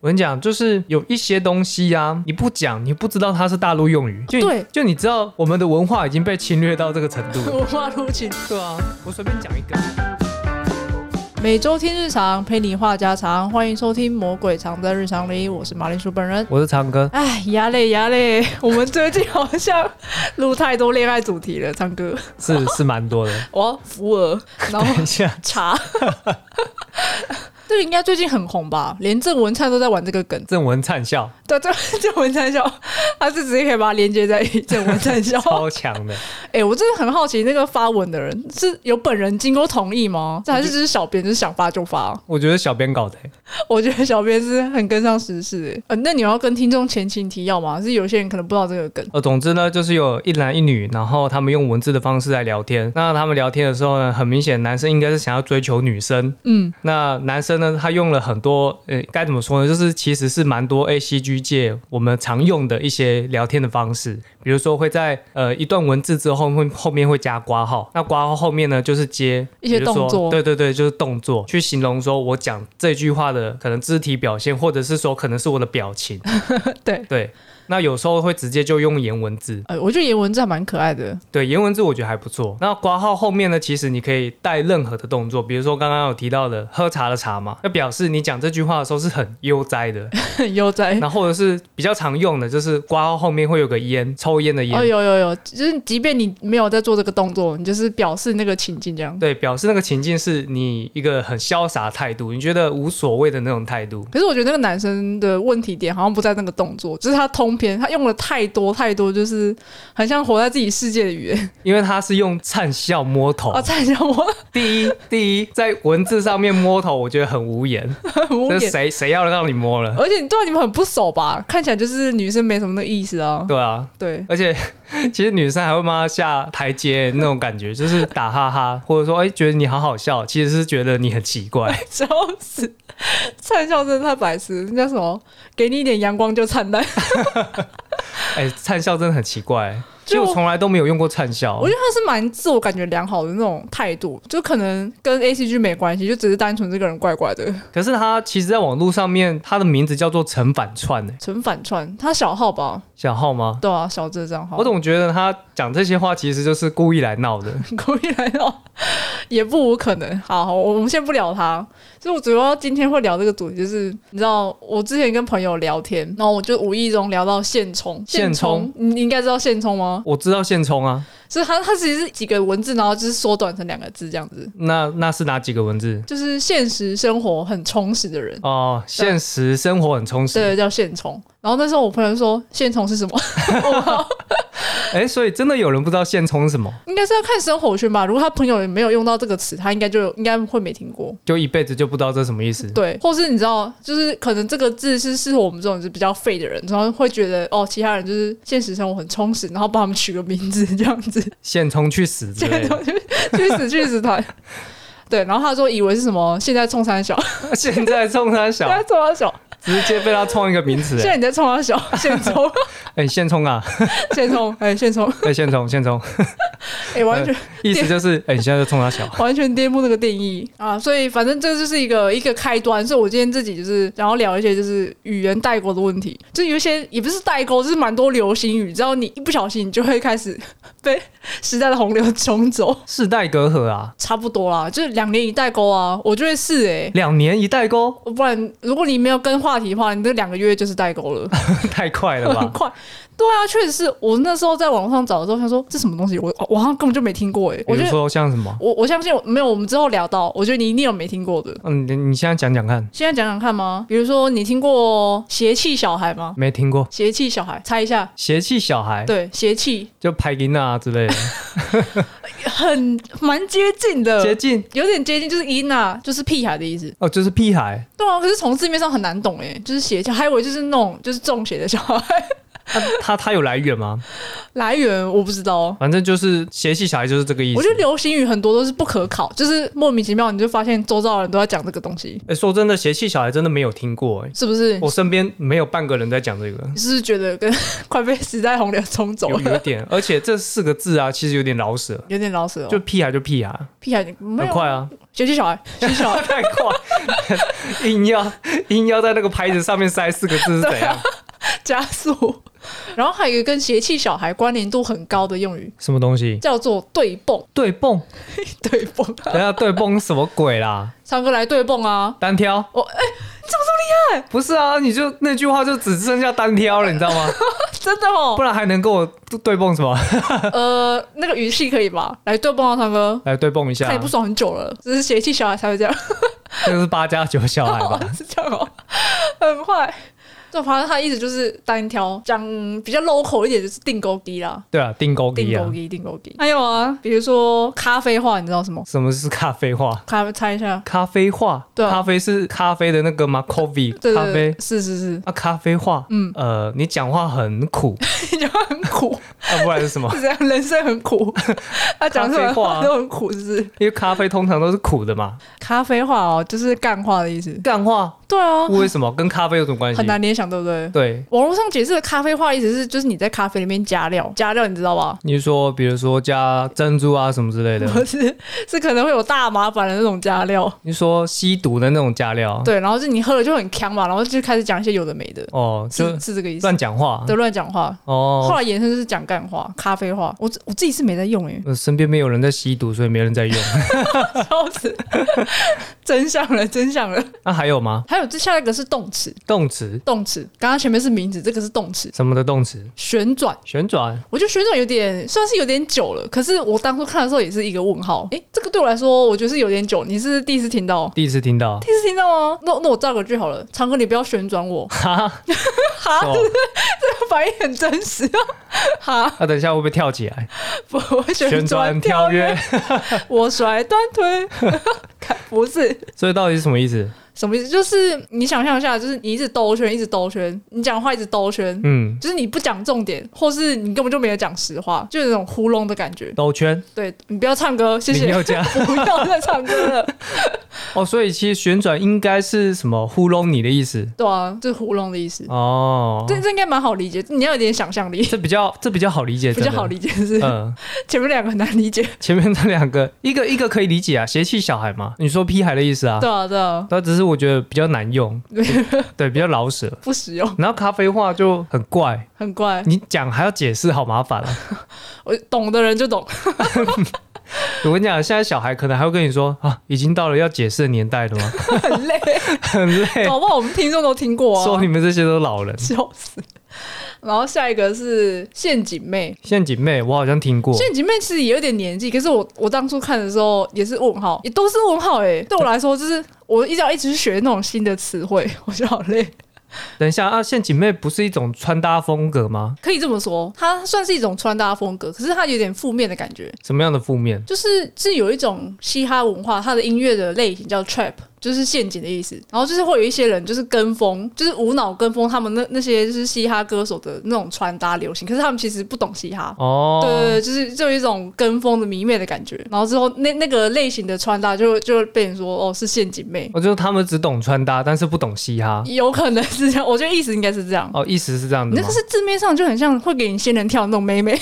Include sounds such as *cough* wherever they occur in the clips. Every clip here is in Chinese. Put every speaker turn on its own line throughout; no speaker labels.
我跟你讲，就是有一些东西啊，你不讲，你不知道它是大陆用语。就你
对
就你知道我们的文化已经被侵略到这个程
*laughs*
度。
文化入侵。
*laughs* 对啊，我随便讲一个。
每周听日常，陪你话家常，欢迎收听《魔鬼藏在日常里》，我是马铃薯本人。
我是长哥，
哎，牙累牙累， *laughs* 我们最近好像录太多恋爱主题了，唱歌，
是是蛮多的。
我要福尔，然后
等一下，
茶， *laughs* 这个应该最近很红吧？连郑文灿都在玩这个梗，
正文灿笑，
对，郑郑文灿笑，他是直接可以把它连接在一起，郑文灿 *laughs* 笑。
超强的。
哎、我真的很好奇，那个发文的人是有本人经过同意吗？这还是只是小编就是想发就发？
我觉得小编搞的、欸
我觉得小编是很跟上时事、欸。呃，那你要跟听众前情提要吗？是有些人可能不知道这个梗。
呃，总之呢，就是有一男一女，然后他们用文字的方式来聊天。那他们聊天的时候呢，很明显，男生应该是想要追求女生。
嗯，
那男生呢，他用了很多，呃，该怎么说呢？就是其实是蛮多 A C G 界我们常用的一些聊天的方式，比如说会在呃一段文字之后会后面会加括号，那括号后面呢就是接
一些
比如说
动作
对对对，就是动作去形容说我讲这句话的可能肢体表现，或者是说可能是我的表情。
对。
对，那有时候会直接就用颜文字，
呃，我觉得颜文字还蛮可爱的。 *laughs*
对，颜文字我觉得还不错。那挂号后面呢，其实你可以带任何的动作，比如说刚刚有提到的喝茶的茶嘛，那表示你讲这句话的时候是很悠哉
*laughs*
的。
很悠哉。
然后或者是比较常用的，就是挂号后面会有个烟，抽烟的烟。
哦，有有有，就是即便你没有在做这个动作，你就是表示那个情境这样。
对，表示那个情境是你一个很潇洒的态度，你觉得无所谓的那种态度。
可是我觉得那个男生的问题点好像不在那个动作，就是他通篇他用了太多太多，就是很像活在自己世界的语言
因为他是用灿笑摸头，
啊！蔡小我
*laughs*
*laughs*
第一第一在文字上面摸头，我觉得很无言。
很无
这
言，
谁谁要让你摸了？
而且你对啊你们很不熟吧？看起来就是女生没什么的意思啊。
对啊，
对，
而且 *laughs* 其实女生还会帮他下台阶那种感觉，就是打哈哈，或者说哎、觉得你好好笑，其实是觉得你很奇怪。
笑死！灿笑真的太白痴，那叫什么？给你一点阳光就灿烂。
哦哎、灿笑真的很奇怪，其实
就
我从来都没有用过灿笑
我。觉得他是蛮自我感觉良好的那种态度，就可能跟 A C G 没关系，就只是单纯这个人怪怪的。
可是他其实，在网络上面，他的名字叫做陈反串、哎，
陈反串，他小号吧？
小号吗？
对啊，小这账号。 *laughs*
我总觉得他讲这些话其实就是故意来闹的。
故意来闹，哦也不无可能。好，我们先不聊他。所以我主要今天会聊这个主题，就是你知道，我之前跟朋友聊天，然后我就无意中聊到现充，
现充
充，你你应该知道现充吗？
我知道现充啊，
就是它，它其实是几个文字，然后就是缩短成两个字这样子。
那那是哪几个文字？
就是现实生活很充实的人，
哦，现实生活很充实。
对，叫现充。然后那时候我朋友说现充是什么？ *laughs*
哎、所以真的有人不知道现充是什么，
应该是要看生活圈吧。如果他朋友也没有用到这个词，他应该就应该会没听过。
就一辈子就不知道这什么意思。
对，或是你知道，就是可能这个字是适合我们这种就是比较废的人，然后会觉得哦，其他人就是现实生活很充实，然后帮他们取个名字这样子，
现充去死之
这
类的。
种就去死去死团。对，然后他说以为是什么，现在冲三小，
*laughs* 现在冲他
*laughs* 现
小，
在冲三小，
直接被他冲一个名词、
现
哎
在你在冲三小，现冲 *laughs*
哎、现冲啊，
现冲，哎，现冲，
哎、现冲，现冲，
哎，完全
意思就是，
啊
哎、你现在就冲他小。
完全颠覆那个定义啊！所以反正这就是一个一个开端，所以我今天自己就是想要聊一些就是语言代沟的问题，就有一些也不是代沟，就是蛮多流行语，只要你一不小心，你就会开始被时代的洪流冲 *laughs* 走。
世代隔阂啊，
差不多啦，就是两年一代沟啊，我觉得是诶、
两年一代沟， *laughs*
不然如果你没有跟话题的话，你这两个月就是代沟了，
太快了
很
吧？
*laughs* 快。对啊，确实是我那时候在网络上找的时候，想说这什么东西，我我好像根本就没听过诶、欸
比
我觉
如
得
说像什么？
我我相信我没有，我们之后聊到，我觉得你一定有没听过的。
嗯，你你现在讲讲看，
现在讲讲看吗？比如说，你听过邪气小孩吗？
没听过
邪气小孩，猜一下。
邪气小孩，
对，邪气
就排音啊之
*laughs*
类的，
很蛮接近的，
接近
有点接近，就是伊娜，就是屁孩的意思。
哦，就是屁孩。
对啊，可是从字面上很难懂哎，就是邪气，还以为就是那种就是中邪的小孩。 *laughs*
他他他有来源吗？
来源我不知道哦，
反正就是邪气小孩就是这个意思。
我觉得流行语很多都是不可考，就是莫名其妙你就发现周遭的人都在讲这个东西，
哎、说真的，邪气小孩真的没有听过、哎，
是不是？
我身边没有半个人在讲这个。
你是不是觉得跟 *laughs* 快被时代洪流冲走
有
了？
有一
*laughs*
点，而且这四个字啊，其实有点老舍，
有点老死哦，
就屁孩就屁孩，
屁孩没
很
有 *laughs*
快啊，
学习小孩，学习小孩，
太快，硬要硬要在那个牌子上面塞四个字是
啊
怎样？
*laughs* 加速。然后还有一个跟邪气小孩关联度很高的用语，
什么东西？
叫做对 *laughs* 蹦，
对蹦？
对蹦，
等下对蹦什么鬼 *laughs* 啦？
唱歌来对蹦啊！
单挑？
我哎、
不是啊，你就那句话就只剩下单挑了，你知道 *laughs* 吗？
真的哦
不，然还能跟我对蹦什么？
*laughs* 呃，那个语气可以吧？来对蹦啊，唱歌，
来对蹦一下
他也，不爽很久了，只是邪气小孩才会这样，
*laughs*
*laughs*
这个是八加九小孩吧？ *laughs*
是这样哦，很坏。就反正他一直就是单挑，讲比较 local 一点就是定勾机啦，
对啊，定勾
定
机啊
勾。机，定勾机。还有啊，比如说咖啡话，你知道什么？
什么是咖啡化？
咖啡猜一下，
咖啡化？
对啊
咖啡是咖啡的那个吗？Coffee
对
咖
对
啡
对，是是是，
啊，咖啡化。
嗯
呃，你讲话很苦，
*laughs* 你讲话很苦，
啊，不然是什么？
是这样，人生
*laughs*
很苦，他讲出来的
咖啡话啊
话 *laughs* 都很苦，是不是？
*laughs* 因为咖啡通常都是苦的嘛。
咖啡话哦，就是干话的意思。
干话
对啊，
为什么跟咖啡有什么关系
很？难联想，对不对？
对，
网络上解释的咖啡话意思是，就是你在咖啡里面加料，加料你知道吧？
你说比如说加珍珠啊哦什么之类的，
*laughs* 不是，是可能会有大麻烦的那种加料。
你说吸毒的那种加料，
对，然后是你喝了就很呛嘛，然后就开始讲一些有的没的，
哦，就是
是这个意思
乱。讲话，
对，乱讲话。后
哦。
来延伸就是讲干话、咖啡话，我自我自己是没在用
*laughs*
诶、
呃身边没有人在吸毒，所以没人在用。
欸，笑死！真相了，真相了。
那、还有吗？
还有这下一个是动词，
动词
动词。刚刚前面是名词，这个是动词。
什么的动词？
旋转，
旋转
我觉得旋转有点算是有点久了，可是我当初看的时候也是一个问号。诶，这个对我来说，我觉得是有点久。你是第一次听到？
第一次听到，
第一次听到吗？那那我造个句好了，长哥你不要旋转我，
*laughs* 哈，
哈，
哦，
反应很真实啊，哈，
那、等一下会不会跳起来？
我会
旋
旋
转
转
跳跃，
我甩断腿， *laughs* 看不是
所以到底是什么意思？
什么意思？就是你想象一下，就是你一直兜圈，一直兜圈，你讲话一直兜圈，
嗯，
就是你不讲重点，或是你根本就没有讲实话，就有那种糊弄的感觉。
兜圈，
对你不要唱歌，谢
林
谢，
宥嘉。
*laughs* 不要再唱歌了。
哦，所以其实旋转应该是什么糊弄你的意思
对啊，就是糊弄的意思。
哦。
这这应该蛮好理解，你要有点想象力，
这比较这比较好理解，
比较
哎真的
好理解是不是。
嗯，
*laughs* 前面两个很难理解。
前面这两个，一个一个可以理解啊，邪气小孩嘛，你说屁孩的意思啊，
对啊，对啊，
但只是我觉得比较难
*laughs*
用，对，比较老舍。
不实用，
然后咖啡话就很怪，
很怪。
你讲还要解释，好麻烦啊！
*laughs* 我懂的人就懂， *laughs*
我跟你讲，现在小孩可能还会跟你说啊，已经到了要解释的年代了吗？ *laughs*
很累，
很累，
搞不好我们听众都听过啊。
说你们这些都老人。
笑死。然后下一个是陷阱妹，
陷阱妹，我好像听过，
陷阱妹其实也有点年纪，可是我我当初看的时候也是问号，也都是问号哎、对我来说，就是我一直要一直去学那种新的词汇， *laughs* 我觉得好累。
等一下啊，陷阱妹不是一种穿搭风格吗？
可以这么说，它算是一种穿搭风格，可是它有点负面的感觉，
什么样的负面？
就是是有一种嘻哈文化，它的音乐的类型叫 trap。就是陷阱的意思，然后就是会有一些人就是跟风，就是无脑跟风他们那那些就是嘻哈歌手的那种穿搭流行，可是他们其实不懂嘻哈，
哦，
对对对，就是就有一种跟风的迷妹的感觉。然后之后那那个类型的穿搭就就被人说哦是陷阱妹，
我就他们只懂穿搭，但是不懂嘻哈。
有可能是这样。我觉得意思应该是这样。
哦，意思是这样
你
的
那
吗
个？是字面上就很像会给你仙人跳的那种
*laughs*
妹妹，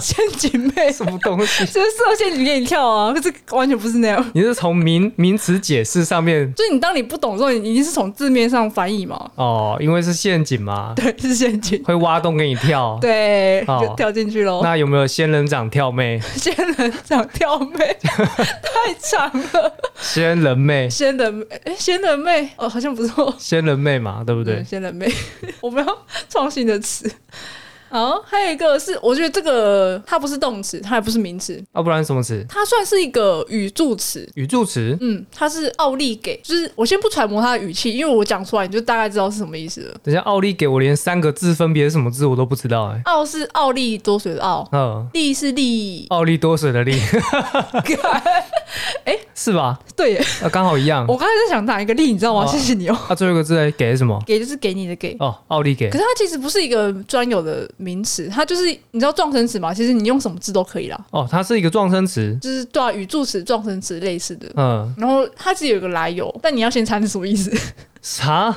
陷阱妹，
什么东西？
就是设陷阱给你跳啊，可是完全不是那样。
你是从名名词解释上面
就是你当你不懂的时候，你一定是从字面上翻译嘛，
哦，因为是陷阱嘛，
对，是陷阱，
会挖洞给你跳。
对，
哦
就跳进去喽。
那有没有仙人掌跳妹、
仙人掌跳
*laughs*
妹太长了，
仙人妹、
仙人妹，诶仙人妹，哦，好像不错。
仙人妹嘛？对不对
嗯？仙人妹， *laughs* 我们要创新的词。 *laughs* 好，还有一个是，我觉得这个它不是动词，它也不是名词，
要、啊不然什么词？
它算是一个语助词。
语助词？
嗯，它是奥利给，就是我先不揣摩它的语气，因为我讲出来你就大概知道是什么意思了。
等一下，奥利给我连三个字分别是什么字我都不知道哎、
奥是奥利多水的奥，
嗯，
利是利，
奥利多水的利
*laughs* 哎哦
是吧？
对耶，
啊，刚好一样。
*laughs* 我刚才在想哪一个利，你知道吗？
哦
谢谢你哦，
那、最后一个字哎给是什么？
给就是给你的给。
哦，奥利给
可。是它其实不是一个专有的名词，它就是你知道撞声词嘛？其实你用什么字都可以啦，
哦，它是一个撞声词。
就是对啊，语助词、撞声词类似的。
嗯，
然后它自己有一个来由，但你要先猜是什么意思。 *laughs*
啥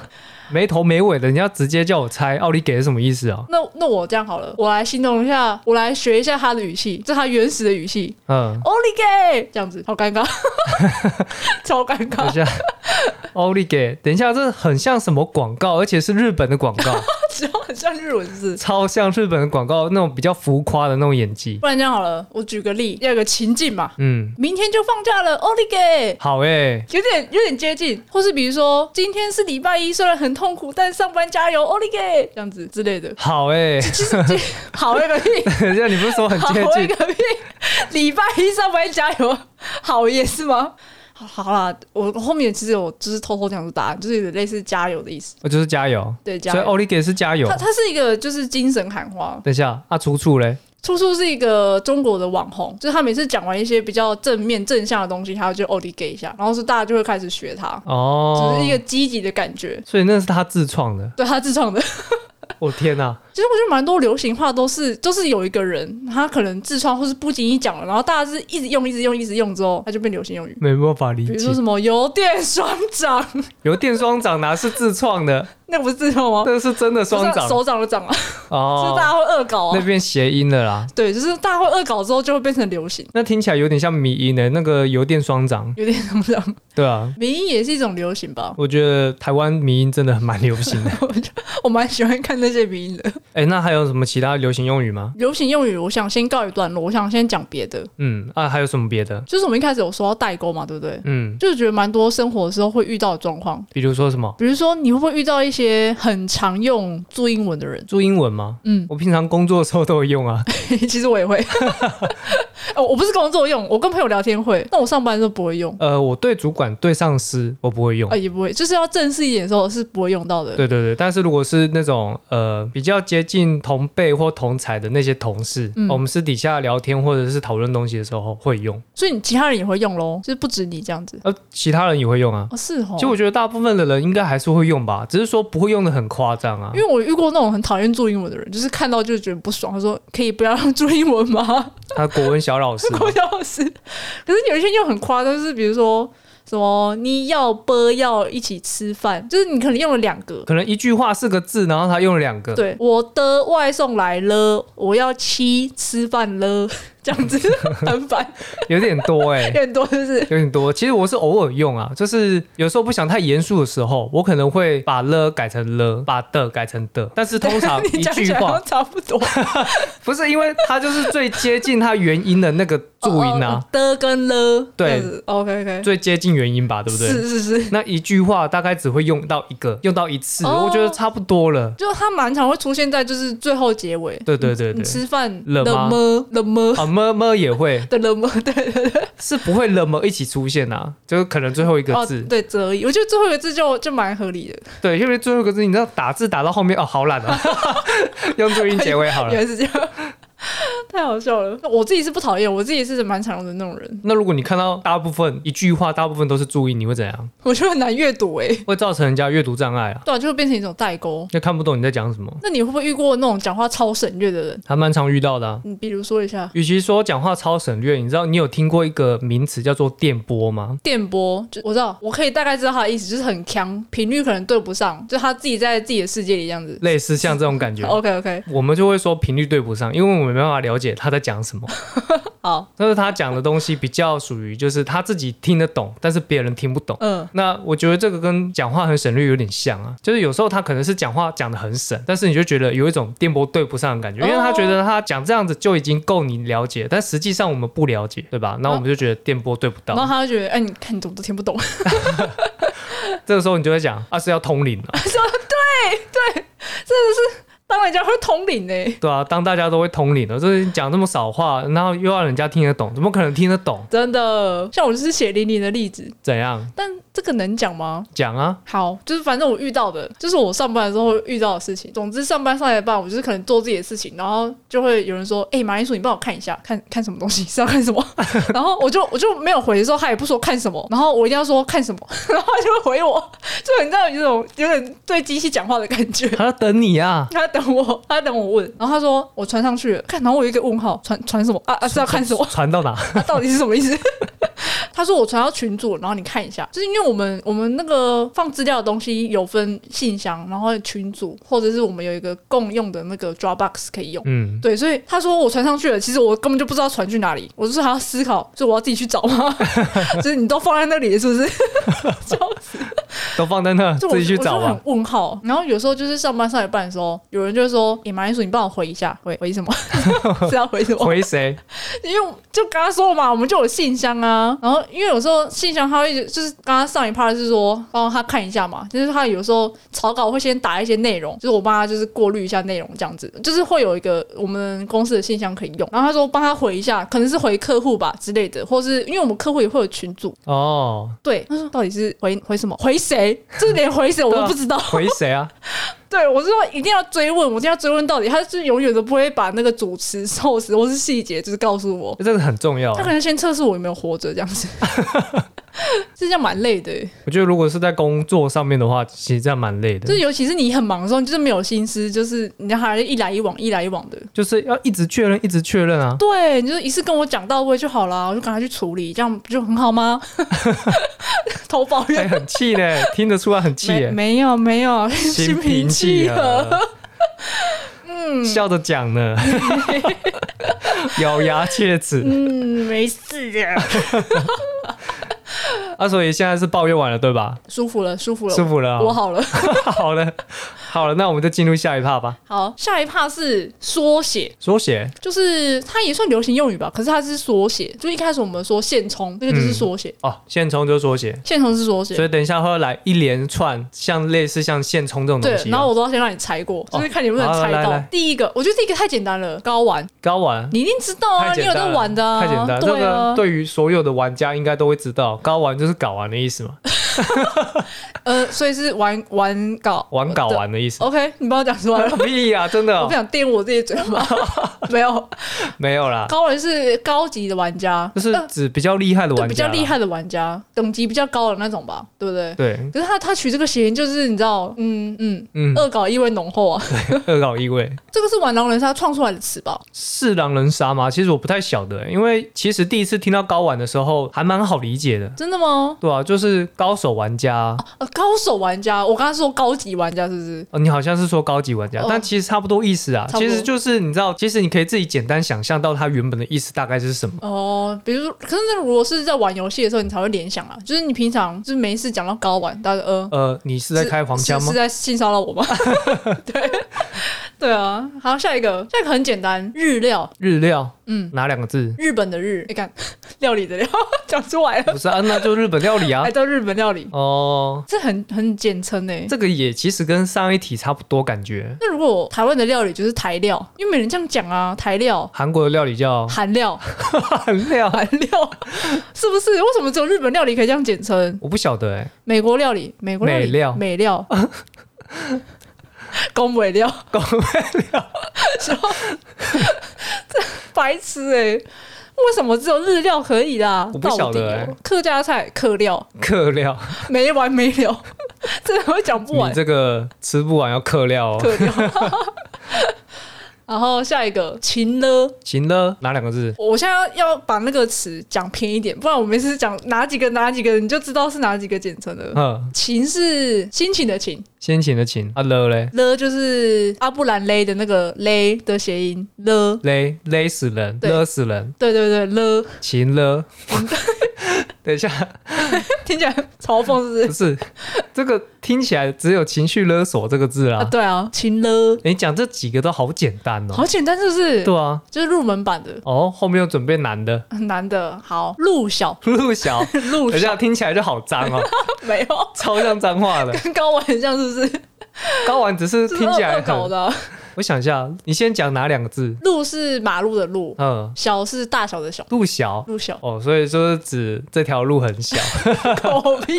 没头没尾的，你要直接叫我猜奥利给是什么意思啊？
那那我这样好了，我来形容一下，我来学一下他的语气，这是他原始的语气。
嗯，
o l i g 这样子，好尴尬， *laughs* 超尴
等
尬
一，
*laughs*
下，奥利给，等一下，这很像什么广告，而且是日本的广告，
*laughs* 只要很像日文字。
超像日本的广告那种比较浮夸的那种演技。
不然这样好了，我举个例，要有个情境嘛，
嗯，
明天就放假了 o l i g
好欸诶、
有点有点接近，或是比如说今天是礼拜一，虽然很痛苦，但上班加油 o l i g 这样子之类的。
好诶、
其实 *laughs* 这好那个屁，
*laughs* 等一下，你不是说很 *laughs*
好欸
接
那
近？
个屁，礼拜一上班加油，好也是吗？好好啦，我我后面其实我就是偷偷讲出答案，就是有点类似加油的意思。
我就是加油，
对，加
所以哦
油。
奥利给是加油
它。它是一个就是精神喊话，
等一下，啊，楚楚嘞，
处处是一个中国的网红，就是他每次讲完一些比较正面正向的东西，他就哦你给一下，然后是大家就会开始学他，
哦，
只是一个积极的感觉。
所以那是他自创的。
对他自创的， *laughs*
我、天哪、
其实我觉得蛮多流行话都是都是有一个人，他可能自创或是不经意讲了，然后大家就是一直用一直用一直用之后，他就变流行用语。
没办法理
比如
解
说。什么油电双掌，
有电双掌哪是自创的？
*laughs* 那个不是自创吗？
那是真的双
哦不是
掌
手掌的掌啊，就是大
哦，
家会恶搞
那
啊。
边谐音了啦。
对，就是大家会恶搞之后就会变成流行，
那听起来有点像迷音欸呢、那个油电双掌，
有点什么 *laughs* 样？
对啊，
民音也是一种流行吧，
我觉得台湾迷音真的蛮流行的。
*laughs* 我蛮喜欢看那些民音的。
哎、那还有什么其他流行用语吗？
流行用语，我想先告一段落，我想先讲别的。
嗯啊，还有什么别的？
就是我们一开始有说到代沟嘛，对不对？
嗯，
就是觉得蛮多生活的时候会遇到的状况，
比如说什么
比如说你会不会遇到一些很常用注英文的人？ *laughs*
注英文吗？
嗯，
我平常工作的时候都有用
*laughs*
啊。
其实我也会，哦，我不是工作用，我跟朋友聊天会，但我上班的时候不会用，
呃，我对主管、对上司我不会用
啊、。也不会，就是要正式一点的时候是不会用到的。
对对对，但是如果是那种呃比较接近同辈或同才的那些同事，
嗯
我们私底下聊天或者是讨论东西的时候会用，
所以你其他人也会用咯，就是不止你这样子。
呃，其他人也会用啊。
哦，是哦
其。实我觉得大部分的人应该还是会用吧，只是说不会用的很夸张啊
因。为我遇过那种很讨厌注英文的人，就是看到就觉得不爽，他说可以不要让注英文吗？
他国文小老师嘛
*laughs* 国小是，可是有一些又很夸张，就是比如说什么你要不要一起吃饭，就是你可能用了两个。
可能一句话四个字，然后他用了两个，
对，我的外送来了，我要七吃饭了，这
*laughs*
样子很烦，
有点多哎、
有点多就是
有点多。其实我是偶尔用啊，就是有时候不想太严肃的时候，我可能会把了改成了，把的改成的。但是通常
*laughs* 你
啊一
讲起
句
来
话
都差不多。
不是因为它就是最接近它原音的那个注音
哦
啊，
哦的跟了，
对
，OK OK，
最接近原音吧，对不对？
是是是，
那一句话大概只会用到一个，用到一次，
哦
我觉得差不多了。
就它蛮常会出现在就是最后结尾。
对对对
你
对，
吃饭
了吗
么了么
啊么么也会
的了么，对对对
是不会了么一起出现啊，就是可能最后一个
哦
字，
对折翼，我觉得最后一个字就就蛮合理的。
对，因为最后一个字你知道打字打到后面哦，好懒啊， *laughs* 用注音结尾好
原 *laughs*
了。
来是这样，太好笑了。我自己是不讨厌，我自己是蛮常用的那种人，
那如果你看到大部分一句话，大部分都是注音，你会怎样？
我觉得很难阅读诶、
会造成人家阅读障碍啊，
对啊，就会变成一种代沟。
就看不懂你在讲什么，
那你会不会遇过那种讲话超省略的人？
还蛮常遇到的、啊。
你比如说一下
与其说讲话超省略，你知道你有听过一个名词叫做电波吗？
电波，就我知道，我可以大概知道他的意思，就是很强，频率可能对不上，就他自己在自己的世界里这样子。
类似像这种
*laughs*
感觉，
OK OK，
我们就会说频率对不上，因为我们没办法了解他在讲什么。
好，
但是他讲的东西比较属于就是他自己听得懂，但是别人听不懂。
嗯，
那我觉得这个跟讲话很省略有点像啊，就是有时候他可能是讲话讲的很省，但是你就觉得有一种电波对不上的感觉，因为他觉得他讲这样子就已经够你了解，但实际上我们不了解，对吧？那我们就觉得电波对不
然后
到，
他就觉得，哎，你看你怎么都听不懂， *laughs*
这个时候你就会讲啊是要通灵了、
当人家会通灵呢、
对啊，当大家都会通灵了，就是讲这么少话，然后又让人家听得懂，怎么可能听得懂？
真的，像我就是血淋淋的例子，
怎样
但这个能讲吗？
讲啊？
好，就是反正我遇到的，就是我上班的时候会遇到的事情。总之，上班上一半，我就是可能做自己的事情，然后就会有人说：“哎、马铃薯，你帮我看一下，看看什么东西是要看什么。” *laughs* 然后我就我就没有回的时候，他也不说看什么，然后我一定要说看什么， *laughs* 然后他就会回我，就很像有一种有点对机器讲话的感觉。
他在等你啊，
他等我，他等我问，然后他说我传上去了，看，然后我有一个问号，传传什么啊啊是要看什么？ *laughs*
传到哪？
他到底是什么意思？他说我传到群组，然后你看一下，就是因为我们我们那个放资料的东西有分信箱，然后群组，或者是我们有一个共用的那个 Dropbox 可以用。
嗯，
对，所以他说我传上去了，其实我根本就不知道传去哪里，我就是还要思考，就我要自己去找吗？ *laughs* 就是你都放在那里了是不 *laughs* 是？
都放在那，
就我
自己去找啊
我就
吧
很。问号。然后有时候就是上班上一半的时候，有人就会说：“诶、马铃薯，你帮我回一下，回回什么？ *laughs* 是要回什
*laughs*
么？
回谁？
因为就刚刚说了嘛，我们就有信箱啊。然后因为有时候信箱他会一直就是刚刚上一 part 是说帮他看一下嘛，就是他有时候草稿会先打一些内容，就是我帮他就是过滤一下内容这样子，就是会有一个我们公司的信箱可以用。然后他说帮他回一下，可能是回客户吧之类的，或是因为我们客户也会有群组，
哦，
对，他说到底是回回什么？回谁？就是连回谁
*laughs*
我
对
都
啊
不知道。
回谁啊？
对，我是说一定要追问，我一定要追问到底，他是永远都不会把那个主持、寿司或是细节，就是告诉我。
这个很重要啊。
他可能先测试我有没有活着这样 *laughs* 子，这样蛮累的欸。
我觉得如果是在工作上面的话，其实这样蛮累的
就，是尤其是你很忙的时候，你就是没有心思，就是你还一来一往，一来一往的。
就是要一直确认，一直确认啊。
对，你就一次跟我讲到位就好啦，我就赶快去处理，这样不就很好 *laughs* 吗？投保
哎，
员
很气嘞，
*laughs*
听得出来很气
没
耶，
没有没有，心平气和。。
嗯，笑着讲
*laughs*
呢，咬牙切齿
嗯，没事的，
啊！所以现在是抱怨完了，对吧？
舒服了，舒服了，
舒服了
我
哦，
好了。
*laughs* 好了，好了，那我们就进入下一趴吧。
好，下一趴是缩写，
缩写，
就是它也算流行用语吧，可是它是缩写。就一开始我们说现充，这个就是缩写，
哦，现充就是缩写，
嗯现充是缩
所
写。
以等一下会来一连串像类似像现充这种
对
东，西、啊
然后我都要先让你猜过，就是看你能不能
好
猜
来
到
来。
第一个，我觉得第一个太简单了，睾丸，
高玩。
你一定知道啊，
太
你
简
有
单
在
了
玩的啊，
太简单了。这
对
个
啊，
对于所有的玩家应该都会知道，高玩就是搞完的意
*laughs*
思嘛，
哦呃，所以是玩玩搞
玩搞完的意思。
OK，你帮我讲出来
*laughs*
了，
屁呀、真的
啊 *laughs* 我
哦、
不想电我自己嘴 *laughs* 巴，没有，
没有啦，
睾丸是高级的玩家，
就是
呃
指比较厉害的
对
玩家，
比较厉。害的玩家，等级比较高的那种吧，对不对？
对，
可是他他取这个谐音，就是你知道，嗯嗯，
嗯，
恶搞意味浓厚啊。
恶搞意味
*laughs* 这个是玩狼人杀创出来的词吧？
是狼人杀吗？其实我不太晓得、因为其实第一次听到高玩的时候还蛮好理解的，
真的吗？
对啊，就是高手玩家啊、
呃，高手玩家，我刚刚说高级玩家是不是？
哦，你好像是说高级玩家，
哦
但其实差不多意思啊。
差不多
其实就是你知道，其实你可以自己简单想象到它原本的意思大概是什么。
哦、比如说，可是那如果是在玩游戏的时候，你才会联想啊，就是你平常就是没事讲到高玩，大家就呃
呃，你是在开黄腔
是
吗
是？在性骚扰我
*laughs*
吗？对对啊，好，下一个，下一个很简单，日料，
日料，
嗯，
哪两个字？
日本的日，你、看料理的料 *laughs* 讲出来了，
不是啊，那就日本料理
*laughs*
啊
还。叫日本料理，
哦，
这很很简称欸诶、
这个也其实跟上一题差不多，感觉
那如果台湾的料理就是台料，因为没人这样讲啊，台料、
韩国的料理
*laughs*
叫
韩料。
哦 *laughs* 韩料，
韩料，是不是？为什么只有日本料理可以这样简称？
我不晓得哎、
美国料理、美国料理、
美料 *laughs*
美料、宫美料、宫 *laughs* 美料，这白痴哎、为什么只有日料可以啦？
我不晓得
到底哦
欸
客家菜、客料
客料，
没完没了， *laughs* 真的会讲不
你
完。
这个吃不完要客料哦。
客料， *laughs* 然后下一个秦了。
行了，哪两个字？
我现在要要把那个词讲偏一点，不然我每次讲哪几个哪几个，你就知道是哪几个简称了。
嗯，
情是心情的情，
先请的请啊了嘞，
了就是阿布兰勒的那个勒的谐音了。
勒勒死人，
对
勒死人，
对对对，了， *laughs*
行了。 *laughs* 等一下，
听起来嘲讽是不是？
不是，这个听起来只有情绪勒索这个字
啊，
啦。
对啊，情了，
你讲这几个都好简单哦。
好简单是不是？
嗯对啊，
就是入门版的，
哦，后面又准备难的，
很难的。好，陆小，
陆
*laughs*
小，
陆
等一下
小
听起来就好脏哦， *laughs*
没有，
超像脏话的。
跟高玩很像是不是？
高玩只是
这
听起来
恶搞
很，
的啊。
我想一下，你先讲哪两个字？
路是马路的路，
嗯，
小是大小的小，
陆小。
路小。
哦，所以就是指这条路很小， *laughs*
狗屁，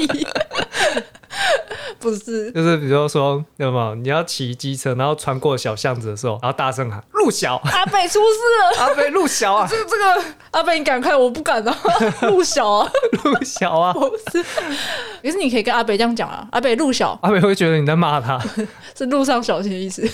不是
就是比如说，那么你要骑机车，然后穿过小巷子的时候，然后大声喊“陆陆
*laughs*
小，
阿北出事了，
阿贝陆小 *laughs* 啊，
这这个阿北你赶快，我不敢啊， *laughs* 陆小啊，
陆小
*laughs*
啊，
不是，也是你可以跟阿北这样讲啊，阿北陆小
阿贝会觉得你在骂他 *laughs*
是路上小心的意思，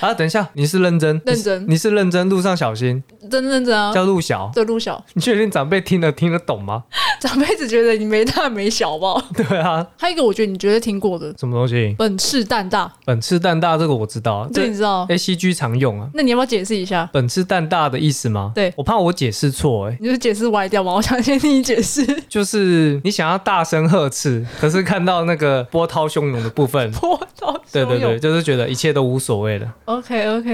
啊。等一下，你是认真，
认真
你是你是认真，路上小心，
真认真啊，
叫陆小。
对陆小，
你确定长辈听得听得懂吗？ *laughs*
长辈只觉得你没大没小吧？
对啊，
还有一个我觉得你绝对听过的，
什么东西？
本赤蛋大，
本次蛋大这个我知道，啊
这
这
你知道？
A C G 常用啊。
那你要不要解释一下？
本次蛋大的意思吗？
对
我怕我解释错哎、
你就是解释歪掉嘛？我想先听你解 *laughs* 释。，
就是你想要大声呵斥，可是看到那个波涛汹涌的部分
*laughs* 波涛汹
对
涌。
对对，就是觉得一切都无所谓
*laughs*
了。
OK OK，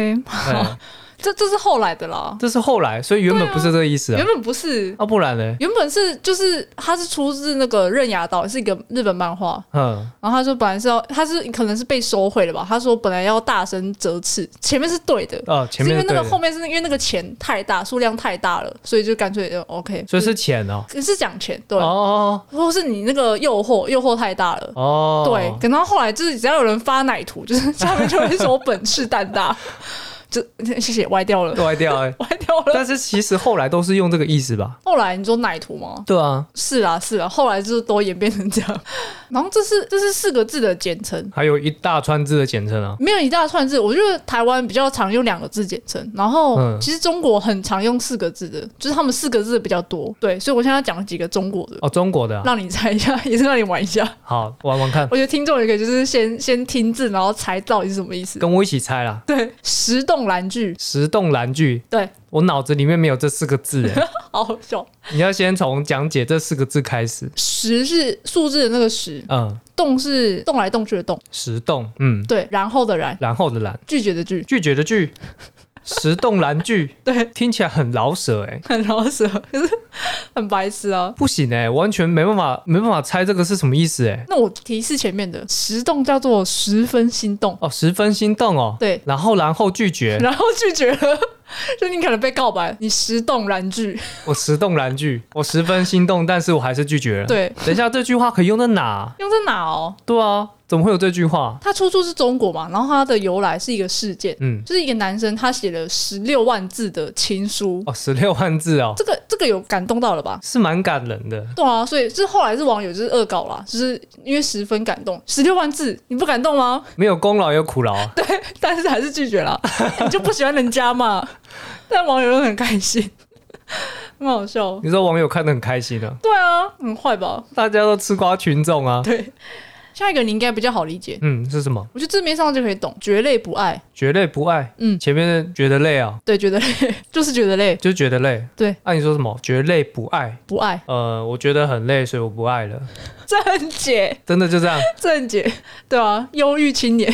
嗯，
这这是后来的啦，
这是后来，所以原本不是这个意思啊
原，本不是，
啊不然呢？
原本是就是它是出自那个《刃牙岛》，是一个日本漫画。
嗯，
然后他说本来是要，他是可能是被收回了吧？他说本来要大声责斥，前面是对的，
哦，前面的
是因为那
对
个后
的，
面是因为那个钱太大，数量太大了，所以就干脆就 OK。
所以是浅哦，
是是讲钱对，
哦哦
或是你那个诱惑诱惑太大了。
哦，
对，等到后来就是只要有人发奶图，就是下面就会说本事蛋大， *laughs* 就谢谢歪掉了，。
对，歪掉哎
*laughs* 歪掉了。
但是其实后来都是用这个意思吧？
后来你说奶图吗？
对啊，
是啊，是啊，后来就是都演变成这样。 *laughs* 然后这是这是四个字的简称，
还有一大串字的简称啊。
没有一大串字。我觉得台湾比较常用两个字简称，然后
嗯
其实中国很常用四个字的，就是他们四个字比较多。对，所以我现在要讲几个中国的，
哦，中国的啊、
让你猜一下， *laughs* 也是让你玩一下。
好玩玩看，
我觉得听众也可以就是先先听字，然后猜到底是什么意思。
跟我一起猜啦。
对，石洞蓝句，
石洞蓝句，
对，
我脑子里面没有这四个字
*laughs*
哎，
好好笑。
你要先从讲解这四个字开始。
石是数字的那个石，
嗯，
洞是动来动去的动，
石洞，嗯，
对，然后的然，
然后的蓝，
拒绝的拒，
拒绝的拒，石洞蓝句，
对，
听起来很老舍
*laughs*
哎、
很饶舌，可是很白痴啊。
不行哎、完全没办法，没办法猜这个是什么意思哎、
那我提示前面的石洞叫做十分心动，
哦，十分心动哦，
对，
然后然后拒绝，
然后拒绝了，就你可能被告白，你石洞然拒，
我石洞蓝句，我十分心动，但是我还是拒绝了。，
对，
等一下这句话可以用在哪？
用在哪哦？
对啊，怎么会有这句话？
它出处是中国嘛，然后它的由来是一个事件，
嗯，
就是一个男生他写了十六万字的情书，
哦，十六万字哦，
这个这个有感动到了吧？
是蛮感人的。
对啊，所以这后来是网友就是恶搞啦，就是因为十分感动，十六万字你不感动吗？
没有功劳有苦劳啊，
但是还是拒绝了， *laughs* 你就不喜欢人家嘛？ *laughs* 但网友又很开心， *laughs* 很好笑。
你说网友看得很开心啊，
对啊，很坏吧？
大家都吃瓜群众啊。
对，下一个你应该比较好理解，
嗯，是什么？
我觉得字面上就可以懂，绝累不爱，
绝对不爱。
嗯
前面觉得累啊，
对，觉得累 *laughs* 就是觉得累，
就觉得累。啊
对，
那、你说什么？觉得累不爱？
不爱， *laughs*
呃，我觉得很累，所以我不爱了。
正解，
真的就
*laughs*
这样，
正解，对啊，忧郁青年，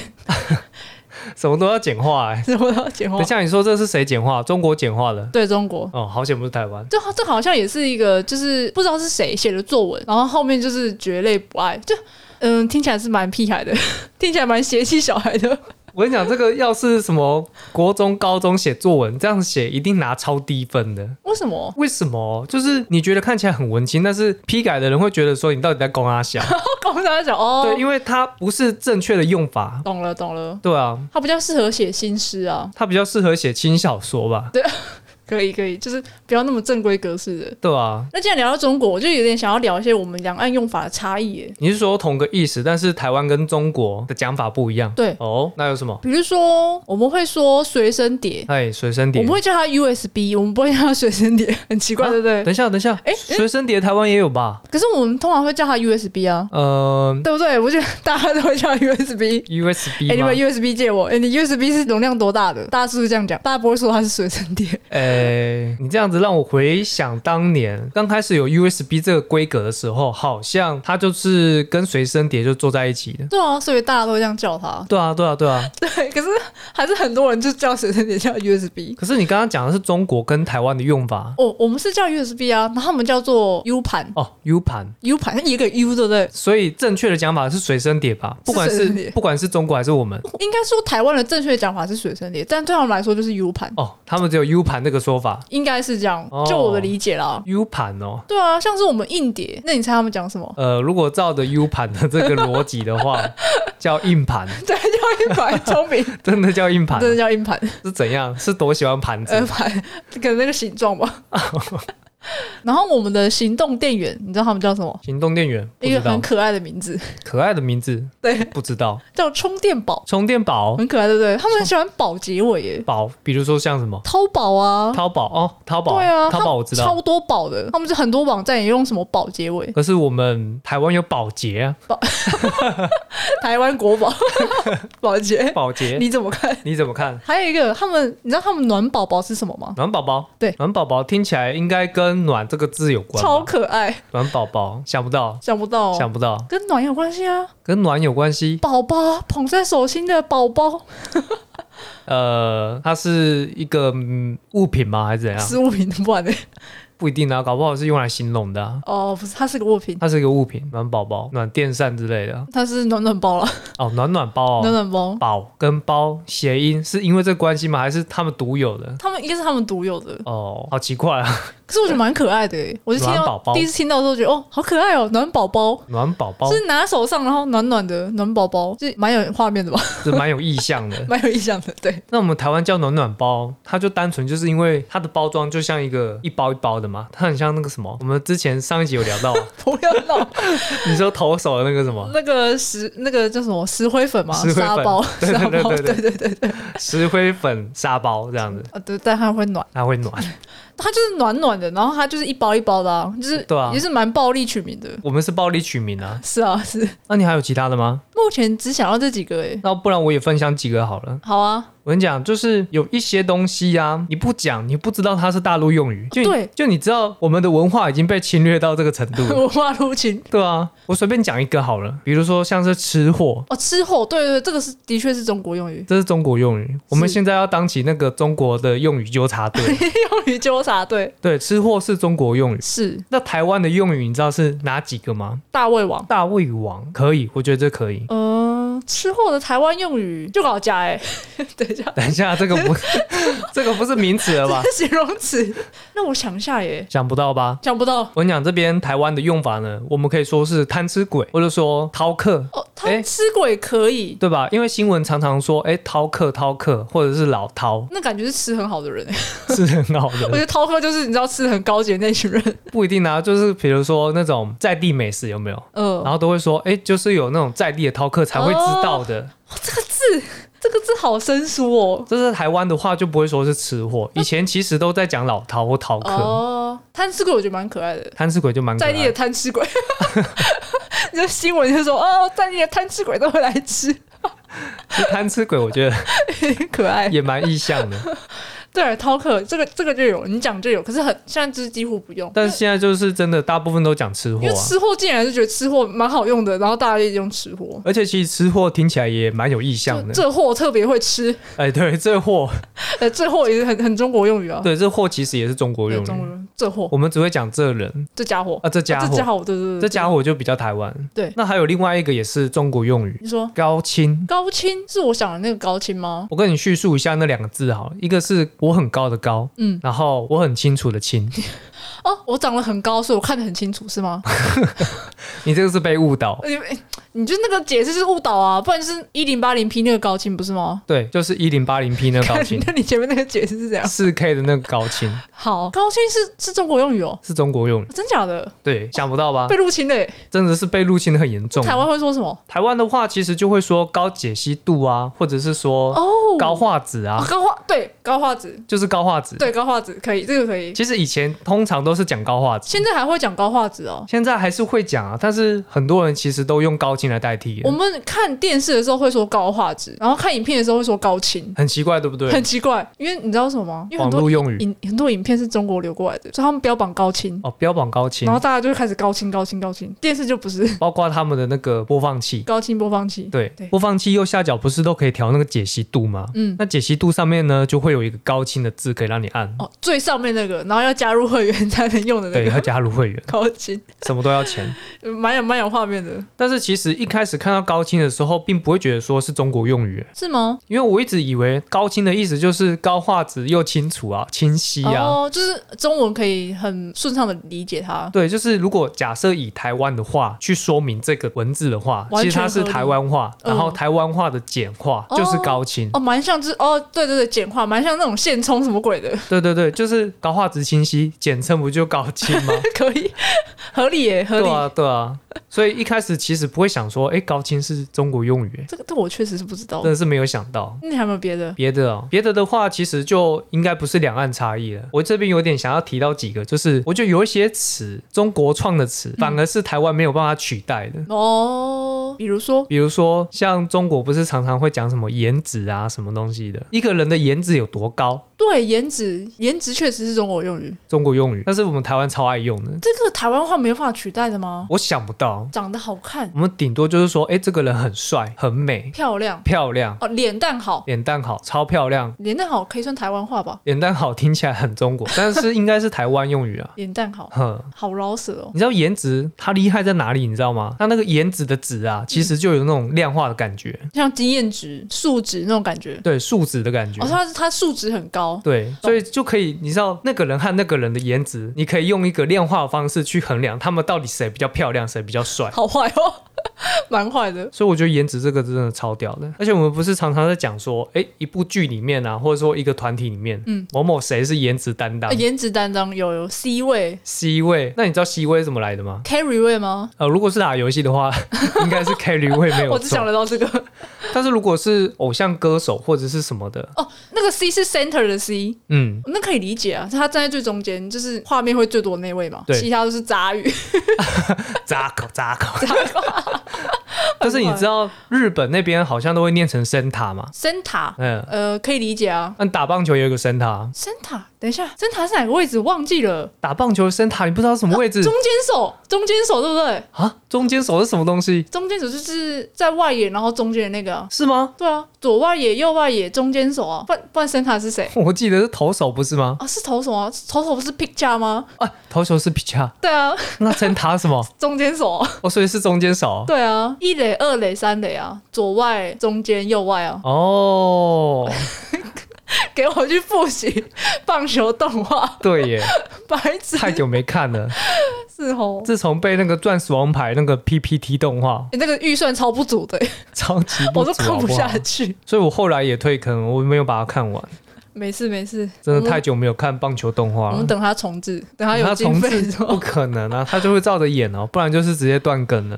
什么都要简化、欸。
什么都要简化
等一，下，你说这是谁简化？中国简化的。
对中国。
哦，好险不是台湾。
这这好像也是一个，就是不知道是谁写的作文，然后后面就是绝类不爱，就嗯，听起来是蛮屁孩的， *laughs* 听起来蛮邪气小孩的。 *laughs*
我跟你讲，这个要是什么国中、高中写作文这样写，一定拿超低分的。
为什么？ *laughs*
为什么？就是你觉得看起来很文青，但是批改的人会觉得说你到底在攻阿小？
我刚才讲哦，
对，因为它不是正确的用法。
懂了懂了，
对啊，
他比较适合写新诗啊，
它比较适合写轻小说吧？
可以可以，就是不要那么正规格式的。
对啊，
那既然聊到中国，我就有点想要聊一些我们两岸用法的差异耶。
你是说同个意思，但是台湾跟中国的讲法不一样？
对
哦，那有什么？
比如说，我们会说随身碟，
哎，随身
我
碟
们。会叫它 USB，我们不会叫它随身碟， *laughs* 很奇怪，
啊
对不对？
等一下，等一下，
哎
随身碟台湾也有吧？
可是我们通常会叫它 USB 啊，
呃
对不对？我觉得大家都会叫它 USB。
，USB
哎、你
吗
把？USB 借我。哎、你 USB 是容量多大的？大家是不是这样讲？大家不会说它是随身 *laughs* 碟。
哎，你这样子让我回想当年刚开始有 USB 这个规格的时候，好像它就是跟随身碟就坐在一起的。
对啊，所以大家都会这样叫它。
对啊，对啊，对啊。
*laughs* 对，可是还是很多人就叫随身碟叫 USB。
可是你刚刚讲的是中国跟台湾的用法
哦，我们是叫 USB 啊，然后我们叫做 U 盘
哦，U 盘。
，U 盘它一个 U 对不对？
所以正确的讲法是随身碟吧？不管
随身碟
是不管是中国还是我们
应该说台湾的正确讲法是随身碟，但对他们来说就是 U 盘，
哦，他们只有 U 盘这个说法。
应该是这样，
哦
就我的理解啦。
U 盘哦，
对啊，像是我们硬碟，那你猜他们讲什么？ *laughs*
呃，如果照着 U 盘的这个逻辑的话，叫硬盘。
对，叫硬盘，聪明，
真的叫硬盘
真的叫硬盘，
是怎样？是多喜欢盘
呃
子？
盘，可能那个形状
*laughs*
吧。然后我们的行动电源，你知道他们叫什么？
行动电源不
一个
知
很
道，
可爱的名字，
可爱的名字
对，
不知道。
叫充电宝，
充电宝
很可爱，对不对？他们很喜欢宝结尾耶，
宝，比如说像什么
淘宝啊，
淘宝哦，淘宝
对啊，
淘
他
宝
们
我知
超
道。
多宝的，他们是很多网站也用什么宝结
*laughs*
尾，
可是我们台湾有保洁啊，
台湾
*laughs*
国宝 *laughs* 宝洁，
保洁
你怎么看？
你怎么看？
还有一个，他们你知道他们暖宝宝是什么吗？
暖宝宝，
对
暖宝宝听起来应该跟“暖”这个字有关
超
吧。
可爱，
暖宝宝，想不到，
想不到、
想
哦，
不到，
跟暖有关系啊，
跟暖有关系。
宝宝捧在手心的宝宝，
呃，它是一个、嗯物品吗？还是怎样？
是物品不然呢？
不一定啊，搞不好是用来形容的啊、
哦，不是，它是个物品，
它是一个物品，暖宝宝、暖电扇之类的。
它是暖暖包了，
哦，暖暖包、
暖
哦，
暖包。
宝跟包谐音是因为这关系吗？还是他们独有的？
他们应该是他们独有的，
哦，好奇怪啊！ *laughs*
可是我觉得蛮可爱的欸耶。我就听
暖
到
宝宝
第一次听到的时候，觉得哦，好可爱哦，暖宝宝
暖宝宝
是拿手上，然后暖暖的暖宝宝，就蛮有画面的吧， *laughs*
是蛮有意象的。
蛮有印象的。对，
那我们台湾叫暖暖包，它就单纯就是因为它的包装就像一个一包一包的嘛，它很像那个什么，我们之前上一集有聊到，啊
*laughs* 不要闹，
你说投手的那个什么
那个石那个叫什么石灰粉嘛，
石灰粉
沙包，
对对
沙包，
对对
对对对，
石灰粉沙包这样子，
啊对，但它会暖，
它会暖。
它就是暖暖的，然后它就是一包一包的、啊，就是
对啊
也是蛮暴力取名的。
我们是暴力取名啊，
是啊，是。
那你还有其他的吗？
目前只想要这几个诶。
那不然我也分享几个好了。
好啊，
我跟你讲，就是有一些东西啊，你不讲，你不知道它是大陆用语，就
对
就你知道我们的文化已经被侵略到这个程度
*laughs*
了。
文化入侵
对啊，我随便讲一个好了，比如说像是吃货，
哦，吃货，对对对，这个是的确是中国用语， *laughs*
这是中国用语，我们现在要当起那个中国的用语纠察队。
用于纠察队
对，吃货是中国用语。
是
那台湾的用语你知道是哪几个吗？
大胃王。
大胃王可以，我觉得这可以。
嗯，吃货的台湾用语就搞家哎， *laughs* 等一下，
*laughs* 等一下，这个不，这个不是名词了吧？
这形容词，让我想一下耶，
想不到吧？
想不到
我跟你讲，这边台湾的用法呢，我们可以说是贪吃鬼，或者说饕客，
哦，他
诶
吃鬼可以，
对吧？因为新闻常常说，哎、饕客、饕客，或者是老饕，
那感觉是吃很好的人、欸，
是很好
*laughs* 我觉
的，
得饕客就是你知道吃得很高级的那群人，
不一定啊。就是比如说那种在地美食有没有？
嗯、
然后都会说，哎、就是有那种在地的饕客才会知道的。
哦这个字，这个字好生疏哦。
这是台湾的话就不会说是吃货，以前其实都在讲老饕或饕客，
哦，贪吃鬼我觉得蛮可爱的，
贪吃鬼就蛮可
在
爱
地的
的。
贪吃鬼， *laughs* 你的新闻就说哦，在地的贪吃鬼都会来吃，
*laughs*
*laughs*
就贪吃鬼我觉得
可爱。
也蛮意向的，
对，饕客这个这个就有，你讲就有，可是很现在就是几乎不用，
但是现在就是真的大部分都讲吃货
因为
啊。
吃货竟然就觉得吃货蛮好用的，然后大家就一直用吃货。
而且其实吃货听起来也蛮有意
就
向的，
这货特别会吃，
哎，对，这货，
呃，这货也是很很中国用语啊，
对，这货其实也是中国用
对中国
语，
人，这货
我们只会讲这人
这家伙
啊，这家
啊这家
伙，
伙，对对对，
这
对
家伙就比较台湾。
对
那还有另外一个也是中国用语，
你说
高清。
高清是我想的那个高清吗？
我跟你叙述一下那两个字好了，一个是我很高的高，
嗯，
然后我很清楚的
*laughs*
清。
哦，我长得很高，所以我看得很清楚，是
*laughs*
吗？
你这个是被误导，
你你就那个解释是误导啊，不然就是一零八零 P 那个高清不是吗？
对，就是一零八零 P 那个高清，
*laughs* 那你前面那个解释是怎样？
四 K 的那个高清
好，高清是是中国用语哦，
是中国用语，
真假的？
对，想不到吧
被？入侵嘞、
真的是被入侵的很严重。
台湾会说什么？
台湾的话，其实就会说高解析度啊，或者是说
哦，
高画质啊
哦，高画对高画质，
就是高画质。
对高画质可以，这个可以。
其实以前通常都是讲高画质，
现在还会讲高画质哦。
现在还是会讲啊，但是很多人其实都用高清来代替
我
了，
们看电视的时候会说高画质，然后看影片的时候会说高清，
很奇怪，对不对
很？奇怪。因为你知道什么吗？因为
网
很多
络用语
影很多影片是中国流过来的，所以他们标榜高清，
哦，标榜高清
然，后大家就会开始高清、高清、高清。电视就
*laughs*
不是
包括他们的那个播放器。
高清播放器，
对
对，
播放器右下角不是都可以调那个解析度吗？
嗯，
那解析度上面呢，就会有有一个高清的字可以让你按，
哦，最上面那个，然后要加入会员才能用的那
对，要
个
加入会员，
*laughs* 高清，
什么都要钱。
蛮有蛮有画面的，
但是其实一开始看到高清的时候，并不会觉得说是中国用语，
是吗？
因为我一直以为高清的意思就是高画质又清楚啊、清晰啊。
哦，就是中文可以很顺畅的理解它。
对，就是如果假设以台湾的话去说明这个文字的话，
完
其实它
全
是
合理
台湾话，
嗯
然后台湾话的简化
哦
就是高清。
哦，蛮像，就是哦，对对对，简化，蛮像那种现充什么鬼的， *laughs*
对对对，就是高画质清晰，简称不就高清
*laughs*
吗？
可以，合理耶，合
对
理。
啊，对啊。所以一开始其实不会想说，哎，高清是中国用语，
这个这个我确实是不知道
真。的是没有想到。
那你还有没有别的？
别的哦，别的的话，其实就应该不是两岸差异了。我这边有点想要提到几个，就是我觉得有一些词，中国创的词，反而是台湾没有办法取代的。
哦，比如说，
比如说，像中国不是常常会讲什么颜值啊，什么东西的，一个人的颜值有多高，
对颜值，颜值确实是中国用语，
中国用语，但是我们台湾超爱用的，
这个台湾话没有办法取代的吗？
我想不到，
长得好看、
我们顶多就是说，哎、这个人很帅、很美、
漂亮，
漂亮，
哦，脸蛋好，
脸蛋好，超漂亮，
脸蛋好可以算台湾话吧？
脸蛋好听起来很中国，但是应该是台湾用语啊， *laughs*
脸蛋好，
哼。
好老舍哦。
你知道颜值它厉害在哪里？你知道吗？它那个颜值的值啊，其实就有那种量化的感觉，
像经验值、数值那种感觉。
对数值的感觉
哦，。他他数值很高，
对，所以就可以，你知道那个人和那个人的颜值，你可以用一个量化的方式去衡量他们到底谁比较漂亮，谁比较帅。
好坏哦， *laughs* 蛮坏的。
所以我觉得颜值这个真的超屌的，而且我们不是常常在讲说，哎，一部剧里面啊，或者说一个团体里面，嗯，某某谁是颜值担当
呃颜值担当有有 C 位、
，C 位。那你知道 C 位是怎么来的吗？
carry 位吗？
呃，如果是打游戏的话， *laughs* 应该是 carry 位没有
*laughs* 我只
错
想。得到这个。 *laughs*
但是如果是偶像歌手或者是什么的，
哦，那个 C 是 center 的 C，
嗯，
那可以理解啊，他站在最中间，就是画面会最多的那位嘛，
对
其他都是杂鱼。 *laughs*
扎口扎口。但是你知道日本那边好像都会念成森塔嘛？
森塔，
嗯，
呃，可以理解啊。
那打棒球也有一个森塔，
森塔，等一下，森塔是哪个位置？忘记了，
打棒球的森塔你不知道什么位置
啊中间手，中间手对不对？
啊？中间手是什么东西？
中间手就是在外野，然后中间的那个、啊。
是吗？
对啊，左外野、右外野、中间手啊，不然不然森塔是谁？
我记得是投手不是吗？
啊，是投手啊，投手不是 picture 吗？
啊，投球是 pitcher，
对啊，
那森塔是什么？
中间手、啊，
哦，所以是中间手。
对啊，一垒、二垒、三垒啊，左外、中间、右外啊， *laughs*
哦，
给我去复习棒球动画，
对
*laughs*
耶，
白痴
太久没看了。
是哦。
自从被那个钻石王牌那个 PPT 动画
你、那个预算超不足的、 *laughs*
超级不
我都
足
看
好不好
下去。
所以我后来也退坑，我没有把它看完，
没事没事，
真的太久没有看棒球动画
我们。我
了
们。等他重置，等嗯他有
他
经
重
费
置
之
不
后，
可能啊，他就会照着演哦，不然就是直接断更了。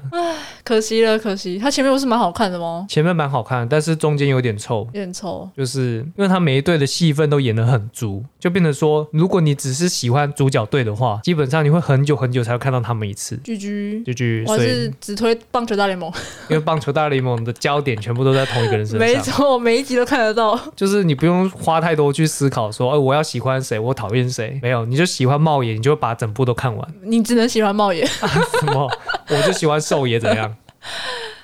可惜了，可惜。他前面不是蛮好看的吗？
前面蛮好看，但是中间有点臭，
有点丑。
就是因为他每一队的戏份都演得很足，就变成说，如果你只是喜欢主角队的话，基本上你会很久很久才会看到他们一次。
居居，
就去，
我还
所以
是只推棒球大联盟，
因为棒球大联盟的焦点全部都在同一个人身
*laughs* 没
上，
错，每一集都看得到。
就是你不用花太多去思考说，哎，我要喜欢谁，我讨厌谁，没有，你就喜欢茂野，你就把整部都看完。
你只能喜欢茂
*laughs*
野，
什么？我就喜欢瘦也怎样？ *laughs*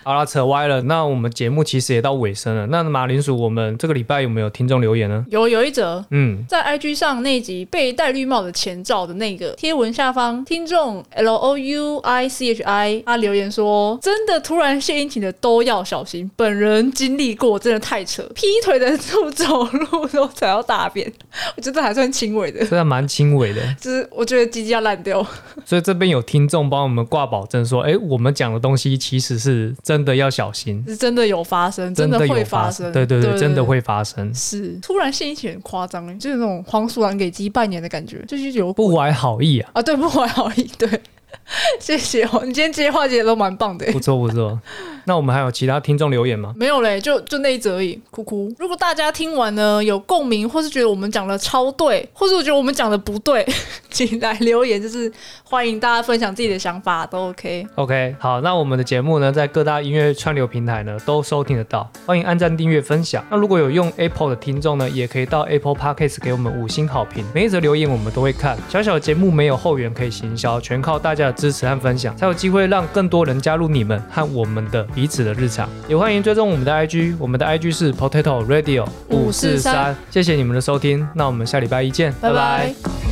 好啦，扯歪了。那我们节目其实也到尾声了。那马铃薯，我们这个礼拜有没有听众留言呢？
有有一则
嗯，
在 IG 上那集被戴绿帽的前兆的那个贴文下方，听众 L O U I C H I 他留言说：“真的突然献殷勤的都要小心，本人经历过，真的太扯，劈腿的路 *laughs* 走路都踩到大便，我觉得还算轻微的，
这还蛮轻微的，
就是我觉得鸡鸡要烂掉。
所以这边有听众帮我们挂保证说，哎、我们讲的东西其实是真的要小心，
是真的有发生，真
的
会
有
发
生，
生，
对对对，真的。”会发生。
是，突然献殷勤很夸张欸，就是那种黄鼠狼给鸡拜年的感觉，就是有
不怀好意啊，
啊，对， *laughs* 不怀好意，对， *laughs* 谢谢哦，你今天接话节都蛮棒的欸。
不错不错。那我们还有其他听众留言吗？
*laughs* 没有嘞，就就那一则而已，哭哭。如果大家听完呢有共鸣，或是觉得我们讲的超对，或是我觉得我们讲的不对， *laughs* 请来留言，就是欢迎大家分享自己的想法，都 OK。
OK，好，那我们的节目呢，在各大音乐串流平台呢都收听得到，欢迎按赞、订阅、分享。那如果有用 Apple 的听众呢，也可以到 Apple Podcast 给我们五星好评，每一则留言我们都会看。小小的节目没有后援可以行销，全靠大家的支持和分享，才有机会让更多人加入你们和我们的彼此的日常。也欢迎追踪我们的 IG，我们的 IG 是 Potato Radio 543
543。
谢谢你们的收听，那我们下礼拜一见，
拜拜